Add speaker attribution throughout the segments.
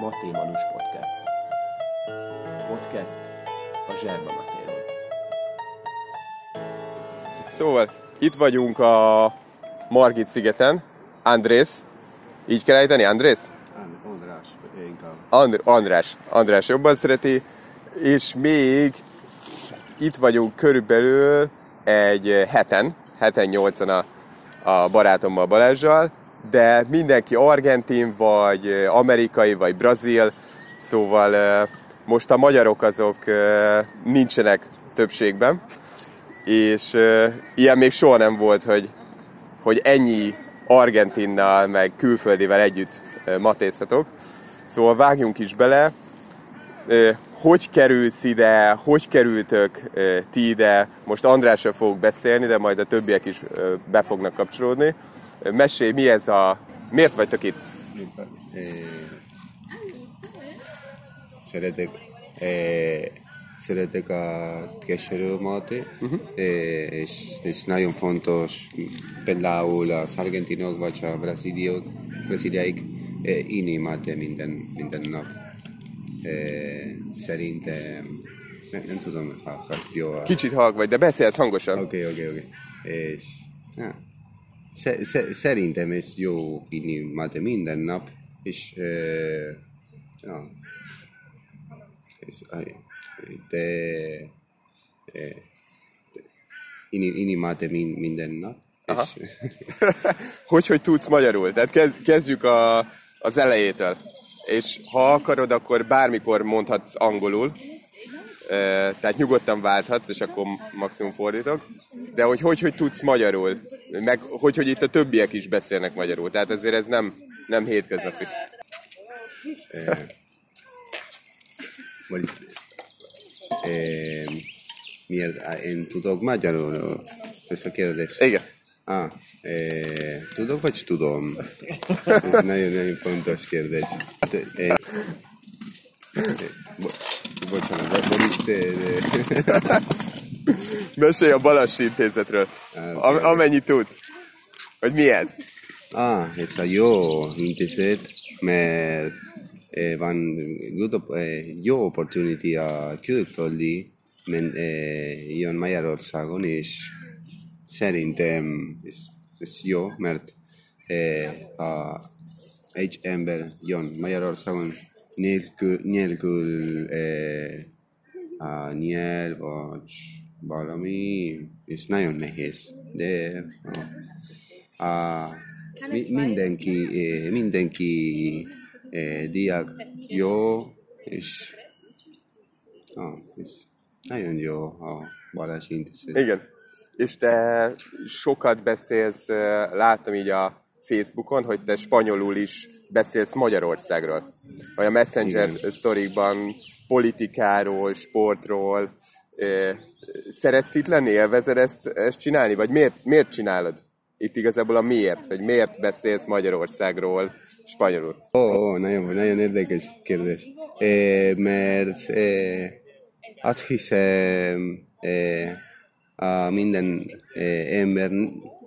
Speaker 1: Maté Manus Podcast. Podcast a Zserba Matéról.
Speaker 2: Szóval itt vagyunk a Margit szigeten. Andrész, így kell ejteni, Andrész?
Speaker 3: And- András, inkább.
Speaker 2: And- András. András jobban szereti, és még itt vagyunk körülbelül egy heten, heten nyolcan a, a barátommal Balázsjal, de mindenki argentin, vagy amerikai, vagy brazil, szóval ö, most a magyarok azok ö, nincsenek többségben, és ö, ilyen még soha nem volt, hogy, hogy ennyi argentinnal, meg külföldivel együtt ö, matézhatok. Szóval vágjunk is bele, Ö, hogy kerülsz ide, hogy kerültök ö, ti ide, most Andrással fogok beszélni, de majd a többiek is ö, be fognak kapcsolódni. Ö, Mesélj, mi ez a... Miért vagytok itt?
Speaker 3: Eh, szeretek, eh, szeretek a keserű máté, eh, és, és nagyon fontos például az argentinok vagy a braziliok, braziliaik eh, inni máté minden, minden nap. Eh, szerintem nem, nem tudom, ha azt jó a...
Speaker 2: Kicsit halk vagy, de beszélsz hangosan.
Speaker 3: Oké, oké, oké. És... Ja. Sze, sze, szerintem ez jó inni mate minden nap, és... Uh, ja. és aj, de, uh, inni, inni mate min, minden nap, és...
Speaker 2: Hogy, hogy tudsz magyarul? Tehát kezd, kezdjük a, az elejétől. És ha akarod, akkor bármikor mondhatsz angolul. Ö, Tehát nyugodtan válthatsz, és akkor maximum fordítok. De hogy, hogy hogy tudsz magyarul? Meg hogy hogy itt a többiek is beszélnek magyarul. Tehát azért ez nem, nem hétköznapi.
Speaker 3: Vagy, eh, miért, á, én tudok eh, magyarul? Ez a kérdés.
Speaker 2: Igen.
Speaker 3: Ah, eh, tudok vagy tudom? Ez nagyon-nagyon fontos kérdés. Te- eh, bo- Bocsánat, de Boris, te- de-
Speaker 2: Mesélj a Balassi Intézetről. Am- amennyit tudsz. Hogy mi ez?
Speaker 3: Ah, ez a jó intézet, mert eh, van good, op- eh, jó opportunity a külföldi, men, eh, jön Magyarországon, és szerintem ez, ez jó, mert eh, a egy ember jön Magyarországon nélkül, nélkül eh, a nyelv, vagy valami, és nagyon nehéz, de ah, a, mi, mindenki, eh, mindenki eh, diák jó, és ah, ez nagyon jó a Balázs intézet.
Speaker 2: Igen. És te sokat beszélsz, ö, láttam így a Facebookon, hogy te spanyolul is beszélsz Magyarországról. Vagy a Messenger Igen. sztorikban politikáról, sportról. Ö, Szeretsz itt lenni? Élvezed ezt, ezt csinálni? Vagy miért, miért csinálod? Itt igazából a miért, hogy miért beszélsz Magyarországról spanyolul.
Speaker 3: Ó, ó, Oh, nagyon, nagyon érdekes kérdés. E, mert e, azt hiszem, e, a minden e, ember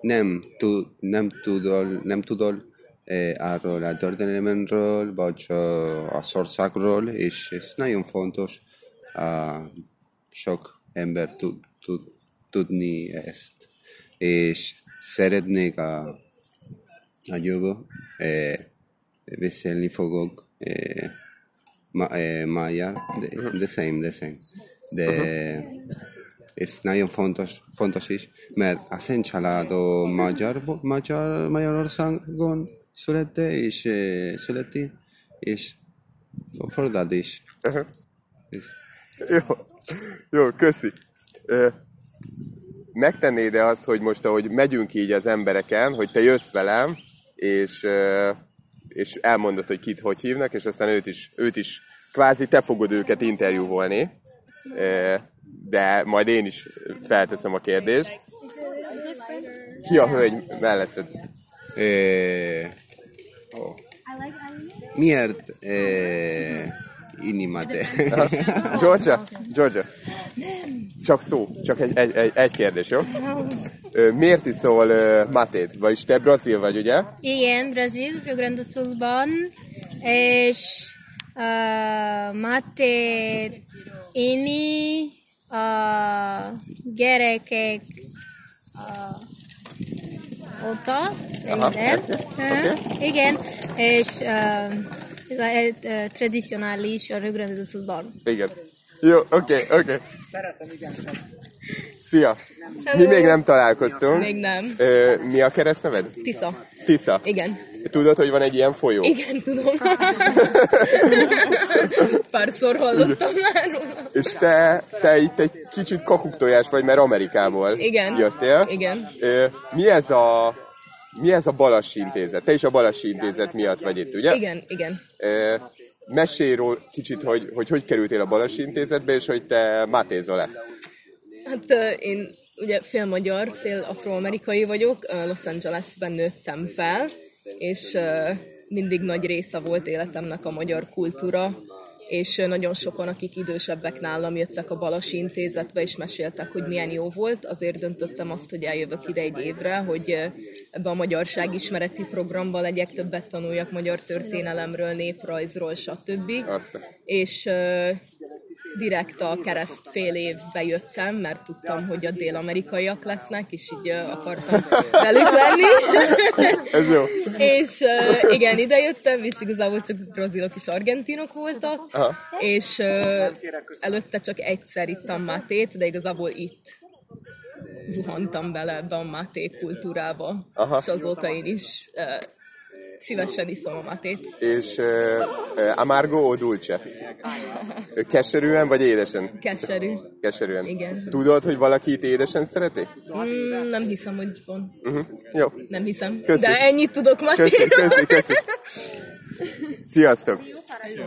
Speaker 3: nem, tud, nem tudol, nem tudol e, arról a történelemről, vagy a, az országról, és ez nagyon fontos. A, sok ember tud, tud, tudni ezt, és szeretnék a a jövő. Eh, beszélni fogok eh, ma, eh, májjal, de, de same, de same. De ez nagyon fontos, fontos is, mert az enchilado magyar, magyar, Magyarországon születte és eh, születi, és fordad is. És
Speaker 2: Jó, jó köszi. Ö, Megtennéd-e azt, hogy most, ahogy megyünk így az embereken, hogy te jössz velem, és, ö, és elmondod, hogy kit hogy hívnak, és aztán őt is, őt is kvázi te fogod őket interjúvolni, Ö, de majd én is felteszem a kérdést. Ki a hölgy melletted?
Speaker 3: Eh, oh. Miért eh, inimate?
Speaker 2: Georgia, Georgia, csak szó, csak egy, egy, egy, egy kérdés, jó? Ö, Miért iszol ö, matét? Vagyis te brazil vagy, ugye?
Speaker 4: Igen, Brazil, Rio Grande do Sulban, és uh, mate ini uh, gyerekek uh, óta, szerintem. Uh, Igen, és uh, ez egy uh, tradicionális a Rio Grande do Sulban.
Speaker 2: Igen. Jó, oké, oké.
Speaker 5: Szeretem, igen.
Speaker 2: Szia! Mi még nem találkoztunk.
Speaker 6: Még nem.
Speaker 2: Ö, mi a keresztneved?
Speaker 6: Tisza.
Speaker 2: Tisza.
Speaker 6: Igen.
Speaker 2: Tudod, hogy van egy ilyen folyó?
Speaker 6: Igen, tudom. Párszor hallottam már róla.
Speaker 2: És te, te itt egy kicsit kakuktojás vagy, mert Amerikából
Speaker 6: Igen.
Speaker 2: jöttél.
Speaker 6: Igen.
Speaker 2: Ö, mi ez a... Mi ez a Balassi Intézet? Te is a Balassi Intézet miatt vagy itt, ugye?
Speaker 6: Igen, igen.
Speaker 2: Ö, mesélj ról kicsit, hogy, hogy hogy kerültél a Balassi Intézetbe, és hogy te mátézol-e.
Speaker 6: Hát ö, én ugye fél magyar, fél afroamerikai vagyok, ö, Los Angelesben nőttem fel, és ö, mindig nagy része volt életemnek a magyar kultúra, és ö, nagyon sokan, akik idősebbek nálam jöttek a Balasi Intézetbe, és meséltek, hogy milyen jó volt, azért döntöttem azt, hogy eljövök ide egy évre, hogy ö, ebbe a magyarság ismereti programba legyek, többet tanuljak magyar történelemről, néprajzról, stb.
Speaker 2: Aztán.
Speaker 6: És ö, direkt a kereszt fél évbe jöttem, mert tudtam, hogy a dél-amerikaiak lesznek, és így ö, akartam velük lenni.
Speaker 2: Ez jó.
Speaker 6: és ö, igen, ide jöttem, és igazából csak brazilok és argentinok voltak,
Speaker 2: Aha.
Speaker 6: és ö, előtte csak egyszer ittam mátét, de igazából itt zuhantam bele ebbe a máté kultúrába,
Speaker 2: Aha.
Speaker 6: és azóta én is ö, szívesen iszom a mátét.
Speaker 2: És uh, amargo o dulce? Ö, Keserűen vagy édesen?
Speaker 6: Keserű.
Speaker 2: Keserűen.
Speaker 6: Igen.
Speaker 2: Tudod, hogy valaki itt édesen szereti?
Speaker 6: Mm, nem hiszem, hogy van.
Speaker 2: Uh-huh. Jó.
Speaker 6: Nem hiszem.
Speaker 2: Köszi.
Speaker 6: De ennyit tudok
Speaker 2: Köszi,
Speaker 6: Matéról.
Speaker 2: köszi, köszi. Sziasztok!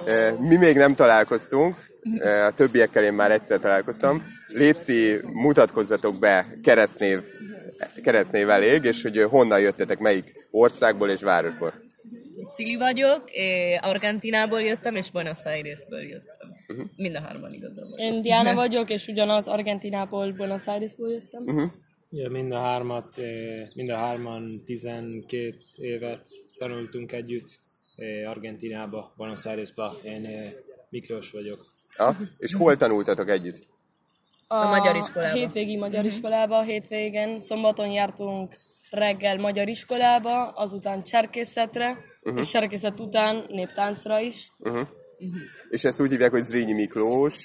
Speaker 2: Ö, Mi még nem találkoztunk, ö, a többiekkel én már egyszer találkoztam. Léci, mutatkozzatok be keresztnév, keresztnév elég, és hogy ö, honnan jöttetek, melyik országból és városból.
Speaker 6: Cili vagyok, eh, Argentinából jöttem, és Buenos Airesből jöttem.
Speaker 2: Uh-huh.
Speaker 6: Mind a hárman igazából.
Speaker 7: Én Diana vagyok, és ugyanaz Argentinából, Buenos Airesból jöttem.
Speaker 2: Mhm.
Speaker 8: Ja, mind a hármat, eh, mind a hárman 12 évet tanultunk együtt eh, Argentinába, Buenos Airesba. Én eh, Miklós vagyok.
Speaker 2: Ja? És hol tanultatok együtt?
Speaker 6: A magyar iskolában.
Speaker 7: Hétvégi magyar
Speaker 2: Mhm.
Speaker 7: iskolába, hétvégen, szombaton jártunk reggel magyar iskolába, azután cserkészetre,
Speaker 2: Mhm.
Speaker 7: és cserkészet után néptáncra is.
Speaker 2: És ezt úgy hívják, hogy Zrínyi Miklós,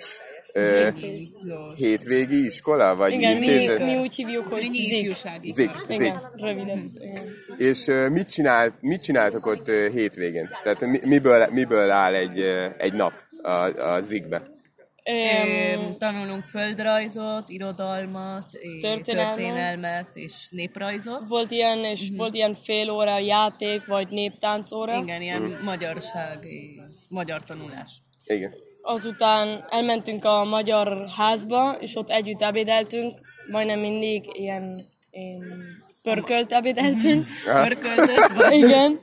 Speaker 2: ö,
Speaker 6: Miklós.
Speaker 2: hétvégi iskola, vagy
Speaker 7: Igen,
Speaker 2: Mhm. intézet?
Speaker 7: mi, mi úgy hívjuk, hogy zik.
Speaker 2: Zik, zik.
Speaker 7: Igen, röviden.
Speaker 6: Mhm.
Speaker 7: igen.
Speaker 2: És ö, mit, csinál, mit csináltok ott ö, hétvégén? Tehát mi, miből, miből áll egy, ö, egy nap a, a zigbe?
Speaker 7: Em,
Speaker 6: Öm, Tanulunk földrajzot, irodalmat, eh,
Speaker 7: Történelmet.
Speaker 6: történelmet és néprajzot.
Speaker 7: Volt ilyen, és volt ilyen fél óra játék, vagy néptánc óra.
Speaker 6: Mhm. Igen, ilyen
Speaker 2: Uh-huh.
Speaker 6: magyarság, eh, magyar tanulás.
Speaker 2: Igen.
Speaker 7: Azután elmentünk a magyar házba, és ott együtt ebédeltünk, majdnem mindig ilyen én, pörkölt ebédeltünk.
Speaker 6: Pörköltött, vagy,
Speaker 7: Igen.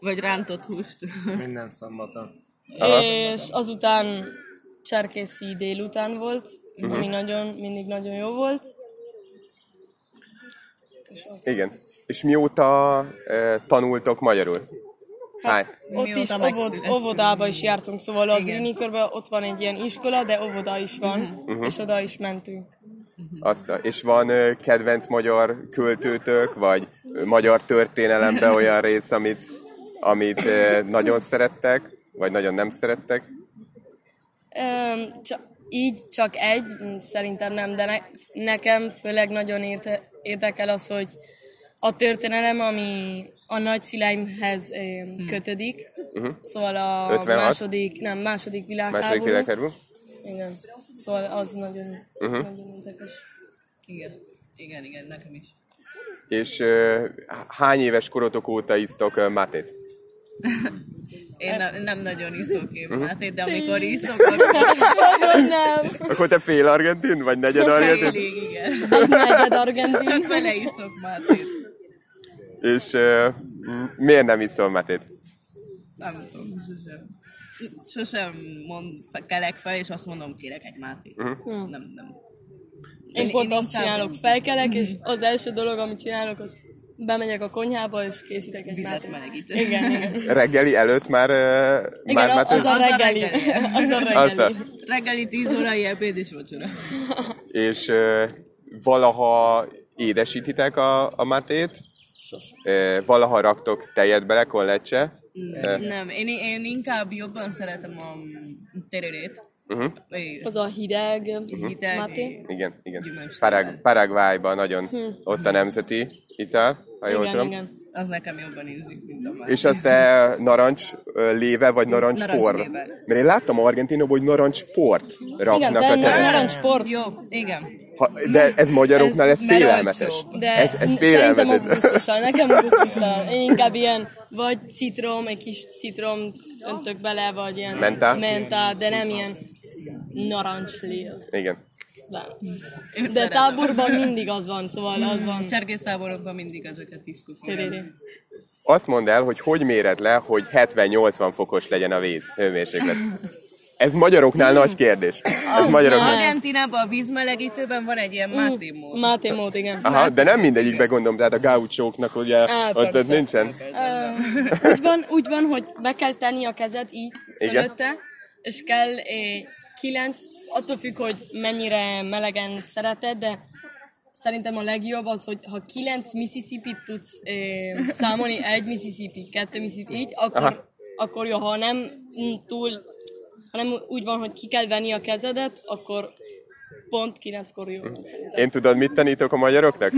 Speaker 6: vagy rántott húst.
Speaker 8: Minden szombaton.
Speaker 7: És azután cserkészi délután volt, ami nagyon, mindig nagyon jó volt.
Speaker 2: Igen. És mióta ö, tanultok magyarul? Hány?
Speaker 7: Ott
Speaker 6: Mióta
Speaker 7: is óvod,
Speaker 6: megszülettünk.
Speaker 7: óvodába is jártunk, szóval az
Speaker 6: Igen.
Speaker 7: Unikörben ott van egy ilyen iskola, de óvoda is van,
Speaker 6: Mhm.
Speaker 7: és oda is mentünk.
Speaker 2: Azt, a- és van ö, kedvenc magyar költőtök, vagy ö, magyar történelemben olyan rész, amit, amit ö, nagyon szerettek, vagy nagyon nem szerettek?
Speaker 7: Öm, csa, így csak egy, mm, szerintem nem, de ne, nekem főleg nagyon érte, érdekel az, hogy a történelem, ami a nagyszüleimhez öm,
Speaker 6: Hmm.
Speaker 7: kötődik, szóval a
Speaker 2: 56?
Speaker 7: második, nem, második világháború.
Speaker 2: Mhm. Második világháború? Mhm.
Speaker 7: Igen, szóval az nagyon, nagyon érdekes.
Speaker 6: Igen, igen, igen, nekem is.
Speaker 2: És ö, hány éves korotok óta isztok ö, matét?
Speaker 6: Én nem, nem nagyon iszok
Speaker 2: Uh-huh.
Speaker 6: én mátét, de amikor iszok, akkor
Speaker 7: nem,
Speaker 2: Akkor te fél argentin, vagy negyed argentin?
Speaker 6: félig, igen.
Speaker 7: egy negyed argentin.
Speaker 6: Csak vele iszok mátét.
Speaker 2: És ö, m- miért nem iszol matét?
Speaker 6: Nem tudom, sosem. Sosem mond, kelek fel, és azt mondom, kérek egy mátét.
Speaker 2: Mhm.
Speaker 6: Uh-huh. Nem, nem.
Speaker 7: Én
Speaker 6: Én-
Speaker 7: pont
Speaker 6: én
Speaker 7: azt
Speaker 6: inkább-
Speaker 7: csinálok, felkelek, és az első dolog, amit csinálok, az bemegyek a konyhába, és készítek egy
Speaker 5: Vizet
Speaker 7: mátét.
Speaker 5: melegítő.
Speaker 7: Igen, igen.
Speaker 2: Reggeli előtt már... ö,
Speaker 7: igen
Speaker 2: már, már
Speaker 7: az,
Speaker 2: több-
Speaker 7: a
Speaker 5: Az a
Speaker 7: reggeli.
Speaker 5: reggeli.
Speaker 7: az a
Speaker 2: az a-
Speaker 7: reggeli.
Speaker 5: Reggeli 10 órai ebéd és vacsora.
Speaker 2: És ö, valaha édesítitek a, a matét?
Speaker 7: Sos.
Speaker 2: Ö, valaha raktok tejet bele, con leche?
Speaker 7: Mm.
Speaker 5: Nem, én, én inkább jobban szeretem a tererét.
Speaker 2: Uh-huh.
Speaker 5: Vagy
Speaker 7: Az a hideg,
Speaker 2: Mhm.
Speaker 5: Hideg.
Speaker 7: máté.
Speaker 2: Igen, igen.
Speaker 5: Gyümölcs
Speaker 2: Parag,
Speaker 5: tejet.
Speaker 2: Paraguayban nagyon ott a nemzeti ital, ha jól
Speaker 7: Hm. Igen,
Speaker 2: tudom.
Speaker 7: igen.
Speaker 5: Az nekem jobban ízlik, mint a már.
Speaker 2: És azt te narancs ö, léve, vagy narancs por?
Speaker 5: Narancslével.
Speaker 2: Mert én láttam Argentinában, hogy narancs port
Speaker 7: Igen,
Speaker 2: raknak
Speaker 7: de
Speaker 2: a
Speaker 7: nem
Speaker 2: terem.
Speaker 7: narancsport.
Speaker 5: Jó, igen.
Speaker 2: Ha, de ez magyaroknál, ez,
Speaker 5: Ez
Speaker 2: félelmetes.
Speaker 5: narancsóbb.
Speaker 7: De
Speaker 2: ez, ez
Speaker 7: szerintem
Speaker 2: félelmetes.
Speaker 7: az gusztustalan, nekem gusztustalan. Én inkább ilyen, vagy citrom, egy kis citrom öntök bele, vagy ilyen
Speaker 2: Menta?
Speaker 7: menta de nem ilyen narancslél.
Speaker 2: Igen.
Speaker 7: Nem. De táborban mindig az van, szóval az van.
Speaker 5: Cserkésztáborokban mindig azokat iszunk.
Speaker 7: Tereré.
Speaker 2: Azt mondd el, hogy hogy méred le, hogy 70-80 fokos legyen a víz, hőmérséklet. Ez magyaroknál nagy kérdés. Ez
Speaker 7: Ah,
Speaker 2: magyaroknál.
Speaker 5: Argentinában a vízmelegítőben van egy
Speaker 7: Mm.
Speaker 5: ilyen máté mód.
Speaker 7: Máté mód, igen.
Speaker 2: Aha, de nem mindegyikbe gondolom, tehát a gaucsóknak ugye
Speaker 7: Á,
Speaker 2: ott, ott
Speaker 7: persze.
Speaker 2: nincsen.
Speaker 7: Úgy van, úgy van, hogy be kell tenni a kezed így
Speaker 2: Igen.
Speaker 7: fölötte, és kell eh, kilenc, attól függ, hogy mennyire melegen szereted, de szerintem a legjobb az, hogy ha kilenc mississippi tudsz eh, számolni, egy Mississippi, kettő Mississippi, így, akkor, akkor jó, ha nem mm, túl, hanem úgy van, hogy ki kell venni a kezedet, akkor pont kilenckor jó van szerintem.
Speaker 2: Én tudod, mit tanítok a magyaroknak?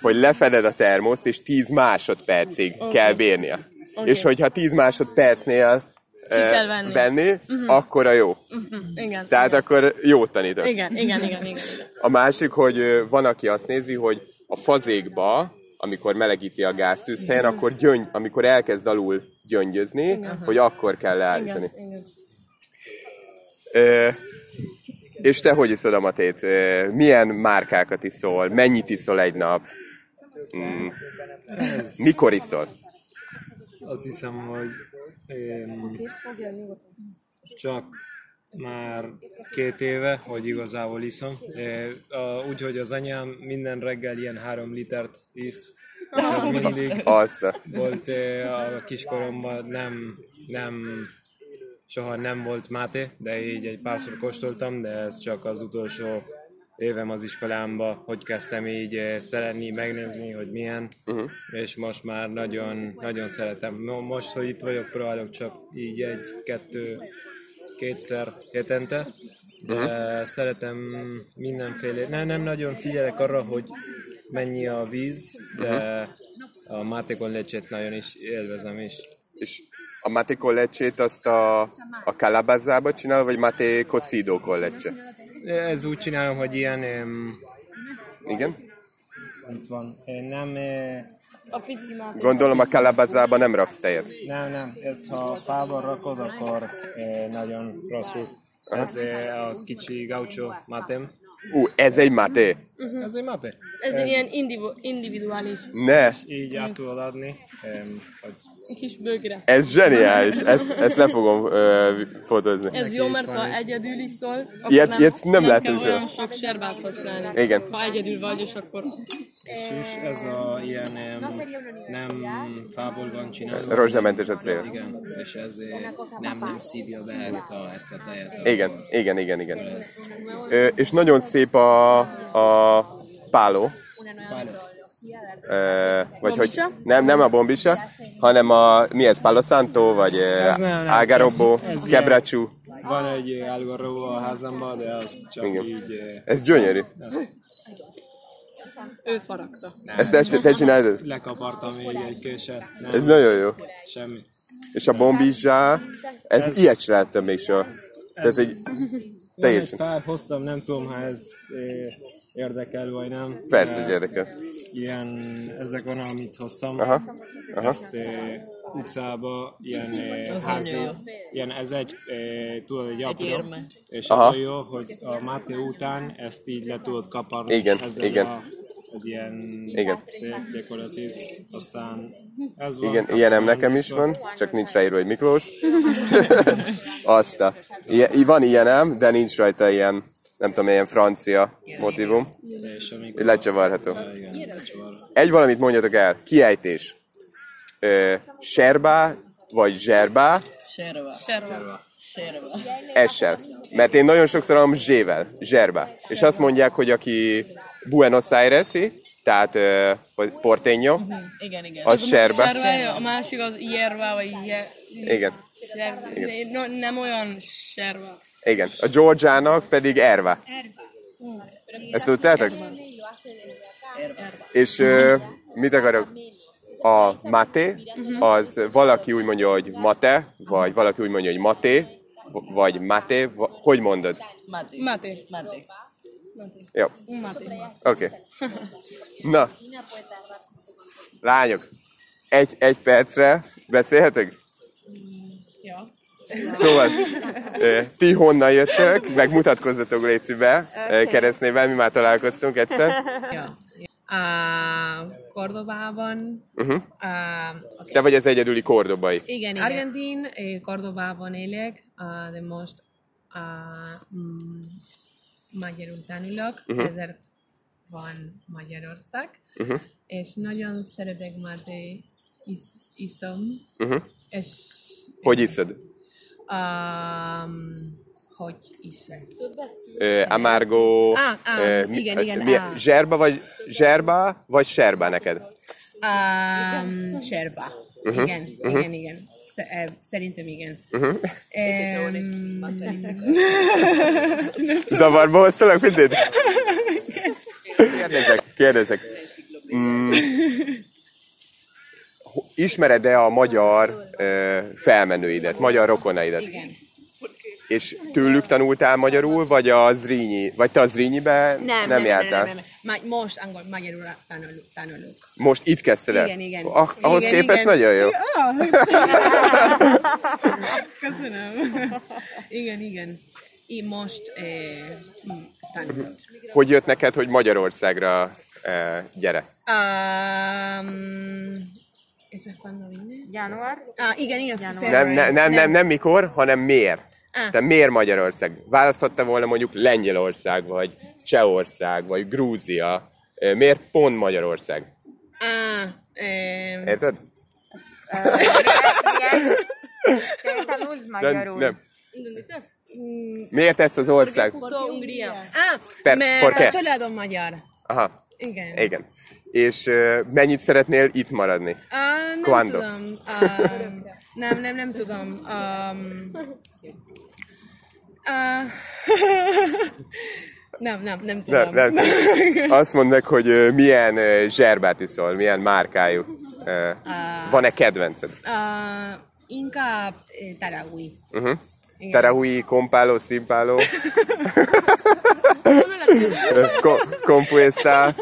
Speaker 2: Hogy lefeded a termoszt, és 10 másodpercig kell bírnia. És hogyha 10 másodpercnél Ki
Speaker 7: kell venni. Mhm.
Speaker 2: venni akkor a jó.
Speaker 7: Igen.
Speaker 2: Mhm. Tehát akkor jót tanítok.
Speaker 7: igen, igen, igen, igen, igen.
Speaker 2: A másik, hogy ö, van, aki azt nézi, hogy a fazékba, amikor melegíti a gáztűzhelyen, akkor gyöngy, amikor elkezd alul gyöngyözni, hogy akkor kell leállítani.
Speaker 7: igen.
Speaker 2: Ö, és te hogy iszod a matét? Ö, milyen márkákat iszol? Mennyit iszol egy nap? Mm. Mikor iszol?
Speaker 8: Azt hiszem, hogy em, csak már két éve, hogy igazából iszom. Ö, a- Úgyhogy az anyám minden reggel ilyen három litert isz. Csak mindig
Speaker 2: Azt. a-
Speaker 8: volt ö, a kiskoromban nem, nem, soha nem volt máté, de így egy párszor kóstoltam, de ez csak az utolsó évem az iskolámba, hogy kezdtem így ö, szeretni, megnézni, hogy milyen, uh-huh. és most már nagyon, nagyon szeretem. Mo- Most, hogy itt vagyok, próbálok csak így egy-kettő, kétszer hétente, de uh-huh. szeretem mindenféle, nem, nem nagyon figyelek arra, hogy mennyi a víz, de uh-huh. a mátékon lecsét nagyon is élvezem is.
Speaker 2: És a maté kollecsét azt a, a kalabázába csinál, vagy maté cosido kollecse?
Speaker 8: Ez úgy csinálom, hogy ilyen... em,
Speaker 2: Igen?
Speaker 8: Itt van. eh, Nem, eh,
Speaker 7: A pici máté.
Speaker 2: Gondolom a kalabázába nem raksz tejet.
Speaker 8: nem, nem. Ezt ha fával rakod, akkor eh, nagyon rosszul. Ez eh, a kicsi gaucho matem.
Speaker 2: Ú, ez egy maté.
Speaker 8: Ez egy mate.
Speaker 7: Ez egy ilyen indivu- individuális
Speaker 2: Ne,
Speaker 8: Így át tudod adni. em, Hogy
Speaker 7: kis bögre.
Speaker 2: ez zseniális. Ezt, ezt le fogom ö, fotózni.
Speaker 7: Ez jó, mert ha egyedül iszol, akkor
Speaker 2: Ilyet-
Speaker 7: nem,
Speaker 2: ilyet nem
Speaker 7: nem
Speaker 2: láttam
Speaker 7: kell
Speaker 2: soha.
Speaker 7: olyan sok serbát használni.
Speaker 2: Igen.
Speaker 7: Ha egyedül vagy, és akkor...
Speaker 8: és ez a ilyen em, nem fából van csinálva.
Speaker 2: Rozsdamentes a cél.
Speaker 8: Igen, és ezért nem, nem szívja be ezt a, ezt a tejet.
Speaker 2: Igen, igen, igen, igen. Ö, és nagyon szép a, a páló. Ö, vagy hogy,
Speaker 7: Bombisa?
Speaker 2: nem, nem a bombisa, hanem a, mi ez, Palo Santo, vagy
Speaker 8: Ez nem, nem,
Speaker 2: Ágarobó,
Speaker 8: csak ez ilyen.
Speaker 2: Quebrachu.
Speaker 8: Van egy eh, algarrobó a házamban, de az csak
Speaker 2: Igen.
Speaker 8: így... eh,
Speaker 2: Ez gyönyörű.
Speaker 7: Ő faragta.
Speaker 2: Ezt te, te csinálod?
Speaker 8: Lekapartam még egy késsel. Nem,
Speaker 2: Ez nagyon jó.
Speaker 8: semmi.
Speaker 2: És a bombizsá, ez, ez ilyet sem láttam még soha. Ez egy
Speaker 8: Van egy
Speaker 2: teljesen.
Speaker 8: pár hoztam, nem tudom, ha ez eh, érdekel vagy nem.
Speaker 2: Persze,
Speaker 8: De
Speaker 2: hogy érdekel.
Speaker 8: Ilyen, ezek van, amit hoztam.
Speaker 2: Aha, aha.
Speaker 8: Ezt eh, utcába, ilyen eh, házi, ilyen ez egy, eh, tudod, egy apró.
Speaker 5: érme.
Speaker 8: És az
Speaker 2: Aha.
Speaker 8: a jó, hogy a Máté után ezt így le tudod kaparni.
Speaker 2: Igen,
Speaker 8: ez
Speaker 2: igen.
Speaker 8: A, ez ilyen
Speaker 2: Igen.
Speaker 8: szép, dekoratív. Aztán ez van.
Speaker 2: Igen, ilyenem nekem is van, csak nincs ráírva, hogy Miklós. Azt a. Ilyen, van ilyenem, de nincs rajta ilyen nem tudom, ilyen francia motivum.
Speaker 8: És amikor...
Speaker 2: Lecsavarható.
Speaker 8: Igen, lecsavart.
Speaker 2: Egy valamit mondjatok el, kiejtés. Ö, serbá, vagy zserbá,
Speaker 1: Serva.
Speaker 7: Serva.
Speaker 1: Serva.
Speaker 6: Hm,
Speaker 2: essel. Mert én nagyon sokszor hallom zsével, zserbá. És azt mondják, hogy aki Buenos Aires-i, tehát ö, vagy porteño,
Speaker 1: Igen, igen.
Speaker 2: az serbe.
Speaker 7: Serva, a másik az Ierva, vagy Ierva.
Speaker 2: Igen.
Speaker 7: No, nem olyan serva.
Speaker 2: Igen. A Georgiának pedig Erva. Ezt tudtátok? És
Speaker 6: Mhm.
Speaker 2: ö, mit akarok? A maté,
Speaker 6: Mhm.
Speaker 2: az valaki úgy mondja, hogy mate, vagy valaki úgy mondja, hogy maté, v- vagy maté, va- hogy mondod?
Speaker 1: Máté.
Speaker 7: Máté.
Speaker 1: Máté.
Speaker 2: Jó,
Speaker 7: Máté.
Speaker 2: oké. Okay. Na. Lányok, egy, egy percre beszélhetek?
Speaker 1: Ja.
Speaker 2: Szóval, ö, ti honnan jöttök, meg mutatkozzatok Léci be, okay. keresztnével, mi már találkoztunk egyszer.
Speaker 6: Ja. Uh, Kordobában,
Speaker 2: Uh-huh.
Speaker 6: uh, okay.
Speaker 2: Te vagy az egyedüli kordobai.
Speaker 6: igen, igen. Argentin, eh, Kordobában élek, uh, de most uh, mm, magyarul tanulok, uh-huh. ezért van Magyarország,
Speaker 2: Uh-huh.
Speaker 6: és nagyon szeretek mate is, iszom,
Speaker 2: Uh-huh.
Speaker 6: és
Speaker 2: Hogy iszed?
Speaker 6: um, hogy iszek?
Speaker 2: Ö, Amargo...
Speaker 6: Á, á,
Speaker 2: ö,
Speaker 6: Ah, igen,
Speaker 2: ö,
Speaker 6: igen, ah. á.
Speaker 2: zserba vagy, zserba vagy serba neked?
Speaker 6: Um, Cserba. Uh-huh. Igen, uh-huh. igen, igen. Sze- eh, Szerintem igen. Uh-huh. Um,
Speaker 2: Zavarba hoztalak picit? Kérdezek, kérdezek. Mm. Ho- Ismered-e a magyar ö, felmenőidet, magyar rokonaidet?
Speaker 6: igen.
Speaker 2: És tőlük tanultál magyarul, vagy a Zrínyi, vagy te a Zrínyibe nem,
Speaker 6: Nem,
Speaker 2: nem,
Speaker 6: nem,
Speaker 2: jártál?
Speaker 6: nem, nem, nem. Ma- Most angol magyarul tanulok. tanulok.
Speaker 2: Most itt kezdted el?
Speaker 6: Igen, igen.
Speaker 2: Ah, ahhoz
Speaker 6: igen,
Speaker 2: képest
Speaker 6: igen.
Speaker 2: nagyon jó.
Speaker 6: Ah, Köszönöm. Igen, igen. Én most eh, mm, tanulok.
Speaker 2: Hogy jött neked, hogy Magyarországra eh, gyere?
Speaker 6: Um, ez a quando vine?
Speaker 9: Január.
Speaker 6: Ah, igen, igen.
Speaker 2: Nem, nem, nem, nem, nem mikor, hanem miért.
Speaker 6: Ah.
Speaker 2: Te miért Magyarország? Választhatta volna mondjuk Lengyelország, vagy Csehország, vagy Grúzia. Eh, Miért pont Magyarország?
Speaker 6: Ah, eh,
Speaker 2: Érted?
Speaker 9: Te tanulsz
Speaker 2: Nem,
Speaker 9: magyarul.
Speaker 2: nem. Miért ezt az ország?
Speaker 6: ah,
Speaker 2: Per- Eh,
Speaker 6: mert
Speaker 2: porque?
Speaker 6: a családom magyar.
Speaker 2: Aha,
Speaker 6: Igen.
Speaker 2: igen. És eh, mennyit szeretnél itt maradni?
Speaker 6: Ah, nem
Speaker 2: Quando?
Speaker 6: tudom. Um, nem, nem, nem tudom. Um, ah, nem, nem, nem tudom.
Speaker 2: Nem, nem tudom. Azt mondd meg, hogy ö, milyen ö, zserbát iszol, milyen márkájú. Ö, Van-e kedvenced?
Speaker 6: Ah, inkább eh, Tarahui.
Speaker 2: Uh-huh. Tarahui, kompáló, szimpáló. Ko- Kompuesta.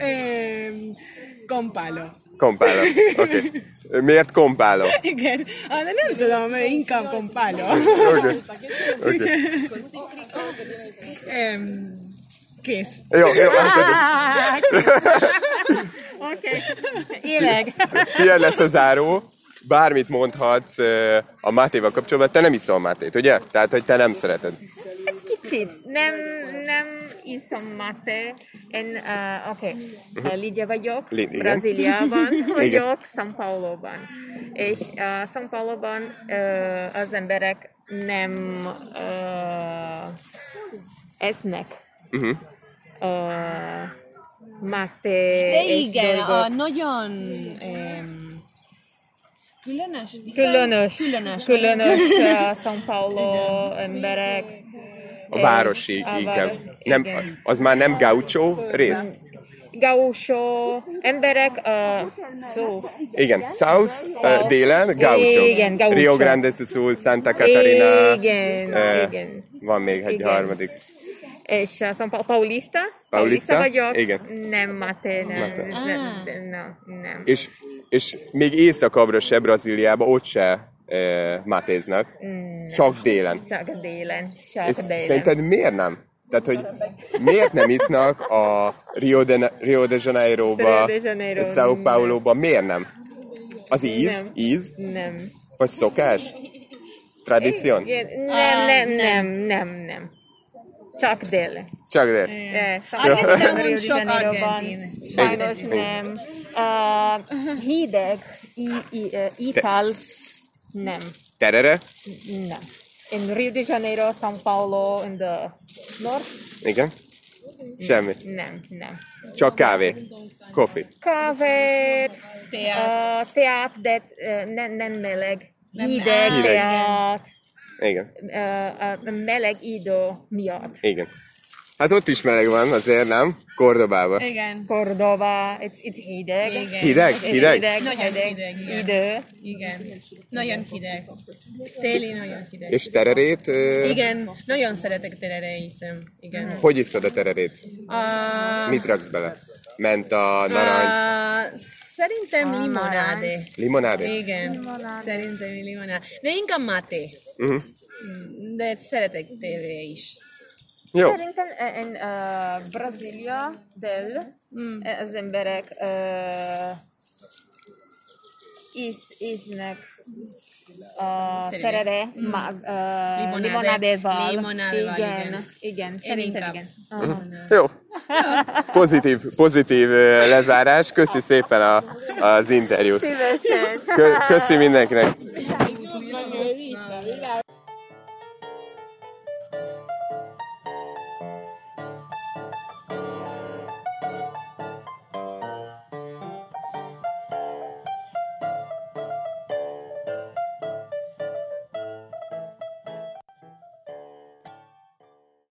Speaker 6: Um, kompáló.
Speaker 2: Kompáló. Okay. Miért kompáló?
Speaker 6: Igen. Ah, de nem tudom, eh, inkább kompáló.
Speaker 2: Okay. Okay.
Speaker 6: Um, kész.
Speaker 2: Jó, jó.
Speaker 9: Oké. Tényleg.
Speaker 2: Ilyen lesz a záró. Bármit mondhatsz ö, a Mátéval kapcsolatban. Te nem iszol Mátét, ugye? Tehát, hogy te nem szereted.
Speaker 9: Egy Hát kicsit. Nem, nem iszom mate. Én, uh, oké, okay. Lídia vagyok,
Speaker 2: Mhm. Lid- igen.
Speaker 9: Brazíliában vagyok, São Paulo-ban. És uh, São Paulo-ban uh, az emberek nem uh, esznek
Speaker 2: Mhm.
Speaker 9: uh, mate
Speaker 6: De ah,
Speaker 9: és
Speaker 6: igen, a
Speaker 9: dolgok.
Speaker 6: nagyon... Um, különös.
Speaker 9: Különös,
Speaker 6: Különös.
Speaker 9: különös uh, São Paulo emberek.
Speaker 2: A városi
Speaker 9: a
Speaker 2: inkább.
Speaker 9: város-
Speaker 2: Nem,
Speaker 9: igen.
Speaker 2: az már nem gaucho rész.
Speaker 9: Gaucho emberek a szó.
Speaker 2: Igen, South, uh, délen, Gaucho.
Speaker 9: Igen, Gaucho.
Speaker 2: Rio Grande do Sul, Santa Catarina.
Speaker 9: Igen,
Speaker 2: eh,
Speaker 9: igen.
Speaker 2: Van még egy
Speaker 9: Igen.
Speaker 2: harmadik.
Speaker 9: És uh, São Paulo, Paulista?
Speaker 2: Paulista?
Speaker 9: vagyok.
Speaker 2: Igen.
Speaker 9: Nem, Mate, nem.
Speaker 2: Mate.
Speaker 9: Mate. Nem, nem, nem.
Speaker 2: És, és még északabbra se Brazíliába, ott se uh, matéznak. Csak délen.
Speaker 9: Csak délen, csak
Speaker 2: És
Speaker 9: délen.
Speaker 2: szerinted miért nem? Tehát, hogy miért nem isznak a Rio de, Na- Rio de Janeiro-ba,
Speaker 9: Rio de Janeiro.
Speaker 2: São Paulo-ba, miért nem? Az íz?
Speaker 9: Nem.
Speaker 2: Íz?
Speaker 9: Nem.
Speaker 2: Vagy szokás? Tradición?
Speaker 9: Nem, nem, nem, nem, nem. Csak dél.
Speaker 2: Csak dél.
Speaker 9: Eh, Szabadon, Rio
Speaker 6: Argentinában
Speaker 9: de
Speaker 6: sok
Speaker 9: Janeiroban.
Speaker 6: argentin.
Speaker 9: Sajnos nem. Uh, hideg, i, i, eh, ital, nem,
Speaker 2: Terere?
Speaker 9: nem. In Rio de Janeiro, São Paulo, in the north,
Speaker 2: Igen. Semmi.
Speaker 9: nem, nem.
Speaker 2: Csak kávé. Coffee.
Speaker 9: Kávét,
Speaker 6: Teát.
Speaker 9: uh, teát, de eh, nem, nem meleg.
Speaker 6: Nem-
Speaker 9: Hideg,
Speaker 2: Hideg.
Speaker 9: teát,
Speaker 2: Igen.
Speaker 9: eh, eh, meleg idő miatt.
Speaker 2: Igen. Hát ott is meleg van, azért nem? Kordobában.
Speaker 6: Igen,
Speaker 9: Cordova, it's, it's hideg.
Speaker 6: igen.
Speaker 2: Hideg?
Speaker 9: It's
Speaker 2: Hideg?
Speaker 6: Nagyon
Speaker 9: hideg,
Speaker 6: hideg, igen.
Speaker 9: idő.
Speaker 6: Igen. Nagyon hideg. Téli nagyon hideg.
Speaker 2: És tererét? ö,
Speaker 6: Igen, nagyon szeretek terere hiszem. Igen.
Speaker 2: Hogy iszod a tererét?
Speaker 6: Uh,
Speaker 2: Mit raksz bele? Menta, narancs,
Speaker 6: szerintem limonáde.
Speaker 2: limonádé?
Speaker 6: Igen, szerintem limonáde. De inkább máté.
Speaker 2: Uh-huh.
Speaker 6: De szeretek terere is.
Speaker 2: Jó.
Speaker 9: Szerintem eh, in uh, Brazília del
Speaker 6: Mm.
Speaker 9: eh, az emberek uh, is, isnek uh, terere mag, uh,
Speaker 6: Limonade.
Speaker 9: limonádéval.
Speaker 6: Hmm. Limonádéval,
Speaker 9: igen.
Speaker 6: igen.
Speaker 9: Igen,
Speaker 6: Én inkább.
Speaker 9: szerintem igen.
Speaker 2: Jó. Pozitív, pozitív ö, lezárás. Köszi szépen a, az interjút.
Speaker 9: Szívesen.
Speaker 2: Kö, köszi mindenkinek.